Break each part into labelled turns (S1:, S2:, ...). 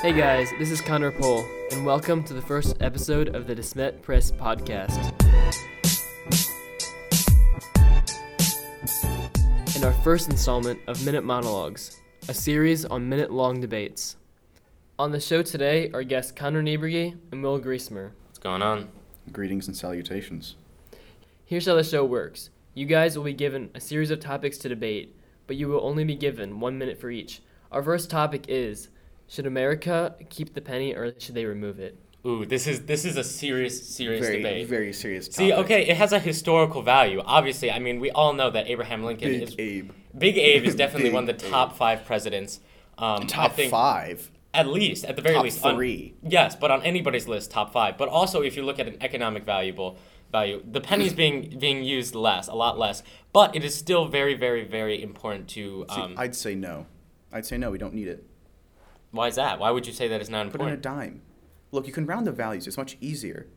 S1: Hey guys, this is Connor Pohl, and welcome to the first episode of the Desmet Press podcast. In our first installment of Minute Monologues, a series on minute long debates. On the show today are guests Connor Nieberge and Will Griesmer.
S2: What's going on?
S3: Greetings and salutations.
S1: Here's how the show works you guys will be given a series of topics to debate, but you will only be given one minute for each. Our first topic is Should America keep the penny or should they remove it?
S2: Ooh, this is this is a serious, serious
S3: very,
S2: debate.
S3: very serious. Topic.
S2: See, okay, it has a historical value. Obviously, I mean, we all know that Abraham Lincoln
S3: Big
S2: is
S3: Abe.
S2: Big Abe is definitely
S3: Big
S2: one of the top five presidents. Um,
S3: Top
S2: I think
S3: five.
S2: At least, at the very
S3: Top
S2: least, on-
S3: three.
S2: yes, but on anybody's list, top five. But also, if you look at an economic valuable value, the penny's being being used less, a lot less. But it is still very, very, very important to.
S3: See,
S2: Um,
S3: I'd say no. I'd say no. We don't need it.
S2: why is that? Why would you say that it's not
S3: Put in a
S2: important?
S3: dime. Look, you can round the values. It's much easier.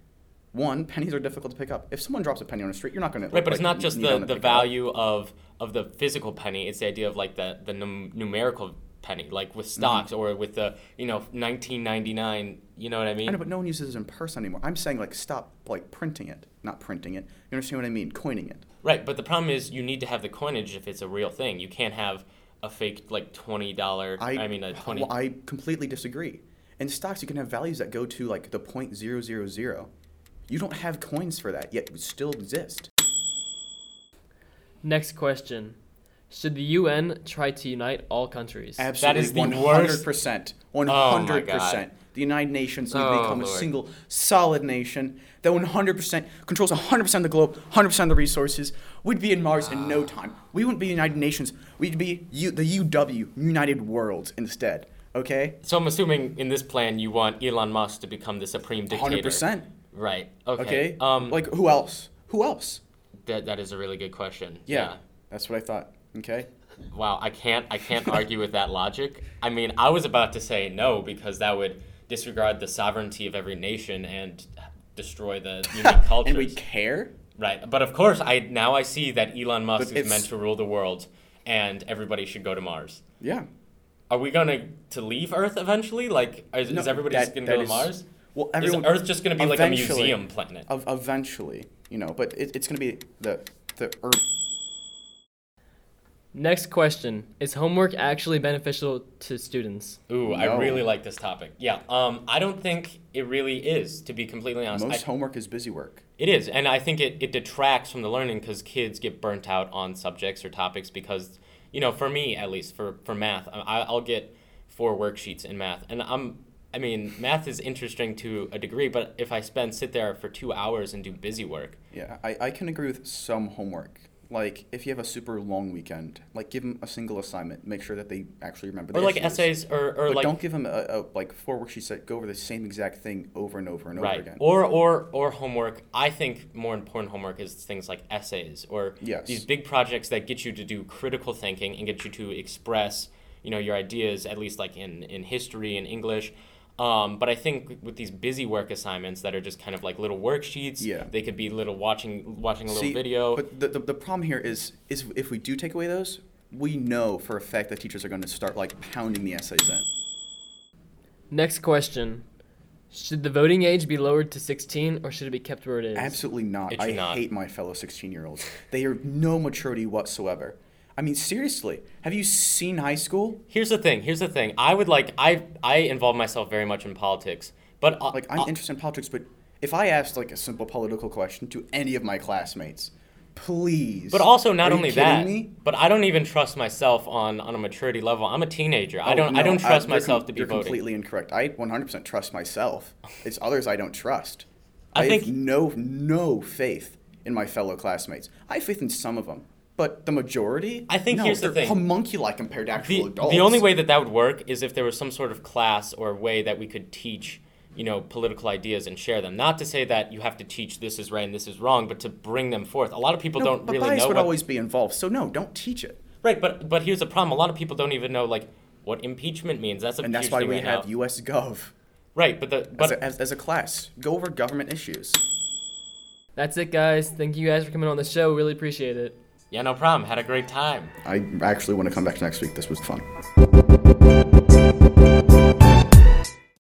S3: One, pennies are difficult to pick up. If someone drops a penny on the street, you're not going to.
S2: Right, but it's not just the, the value of of the physical penny. It's the idea of like the the num- numerical penny, like with
S3: Mm-hmm.
S2: stocks or with the you know 1999. You know what I mean?
S3: I know, but no one uses it in person anymore. I'm saying like stop like printing it, not printing it. You understand what I mean? Coining it.
S2: Right, but the problem is you need to have the coinage if it's a real thing. You can't have a fake like twenty dollar. I, mean a twenty.
S3: well, I completely disagree. In stocks, you can have values that go to like the point zero zero zero. You don't have coins for that yet. It still exist.
S1: Next question Should the UN try to unite all countries?
S3: Absolutely,
S2: is the
S3: one hundred percent, one hundred percent. The United Nations need
S2: Oh,
S3: to become
S2: Lord.
S3: a single solid nation that one hundred percent controls one hundred percent of the globe, one hundred percent of the resources. We'd be in Mars in no time. We wouldn't be United Nations. We'd be U- the UW, United Worlds, instead. Okay,
S2: so I'm assuming in this plan you want Elon Musk to become the supreme dictator.
S3: hundred percent.
S2: Right. Okay.
S3: Okay,
S2: Um.
S3: like who else? Who else?
S2: that that is a really good question.
S3: Yeah, that's what I thought. Okay.
S2: yeah. Wow. I can't. I can't argue with that logic. I mean, I was about to say no because that would disregard the sovereignty of every nation and destroy the unique cultures.
S3: And we care.
S2: Right, but of course, I now I see that Elon Musk is
S3: But it's-
S2: meant to rule the world, and everybody should go to Mars.
S3: Yeah.
S2: Are we gonna to leave Earth eventually? Like, is,
S3: No,
S2: is everybody
S3: that-
S2: just gonna
S3: that
S2: go to
S3: is-
S2: Mars?
S3: Well, everyone.
S2: is Earth just gonna be like a
S3: eventually-
S2: museum planet?
S3: Of eventually, you know, but it, it's gonna be the the Earth.
S1: Next question Is homework actually beneficial to students?
S2: Ooh, I
S3: No.
S2: really like this topic. Yeah, um, I don't think it really is. To be completely honest, I-
S3: Most homework is busy work.
S2: It is, and I think it, it detracts from the learning because kids get burnt out on subjects or topics because, you know, for me at least, for, for math, I- I, I'll get four worksheets in math, and I'm, I mean, math is interesting to a degree, but if I spend sit there for two hours and do busy work,
S3: Yeah, I, I can agree with some homework. Like if you have a super long weekend, like give them a single assignment. Make sure that they actually remember.
S2: or
S3: the
S2: like
S3: issues.
S2: essays, or, or
S3: But
S2: like
S3: don't give them a, a like four worksheets that go over the same exact thing over and over and over
S2: right
S3: again.
S2: or or or homework. I think more important homework is things like essays or
S3: Yes.
S2: these big projects that get you to do critical thinking and get you to express you know your ideas at least like in in history and English. Um, but I think with these busy work assignments that are just kind of like little worksheets,
S3: Yeah.
S2: they could be little watching watching a little video.
S3: But the, the, the problem here is is if we do take away those, we know for a fact that teachers are going to start like pounding the essays in.
S1: Next question Should the voting age be lowered to 16 or should it be kept where it is?
S3: Absolutely not.
S2: It should
S3: I
S2: not.
S3: hate my fellow 16 year olds. They are no maturity whatsoever. I mean, seriously, have you seen high school?
S2: here's the thing. Here's the thing. I would like I I involve myself very much in politics, but uh,
S3: Like, I'm interested in politics, but if I asked like a simple political question to any of my classmates, please.
S2: But also not
S3: Are you
S2: only
S3: kidding
S2: that,
S3: me?
S2: but I don't even trust myself on on a maturity level. I'm a teenager. I
S3: Oh,
S2: don't
S3: no,
S2: I don't trust
S3: you're com-
S2: myself to be
S3: You're
S2: voting.
S3: completely incorrect. I 100% trust myself. It's others I don't trust.
S2: I
S3: I,
S2: think-
S3: have no no faith in my fellow classmates. I have faith in some of them, but the majority.
S2: I think
S3: no,
S2: here's the
S3: they're
S2: thing.
S3: Homunculi compared to actual
S2: the,
S3: adults.
S2: the only way that that would work is if there was some sort of class or way that we could teach you know political ideas and share them not to say that you have to teach this is right and this is wrong but to bring them forth a lot of people
S3: No,
S2: don't
S3: but
S2: really
S3: bias
S2: know
S3: would
S2: what,
S3: always be involved. So no, don't teach it.
S2: right but but here's the problem a lot of people don't even know like what impeachment means that's a
S3: And that's
S2: huge
S3: why
S2: thing
S3: we
S2: right
S3: have
S2: now.
S3: U.S. Gov
S2: right but the
S3: as
S2: but
S3: a, as, as a class. Go over government issues.
S1: That's it, guys. Thank you guys for coming on the show. Really appreciate it.
S2: Yeah, no problem. Had a great time.
S3: I actually want to come back next week. This was fun.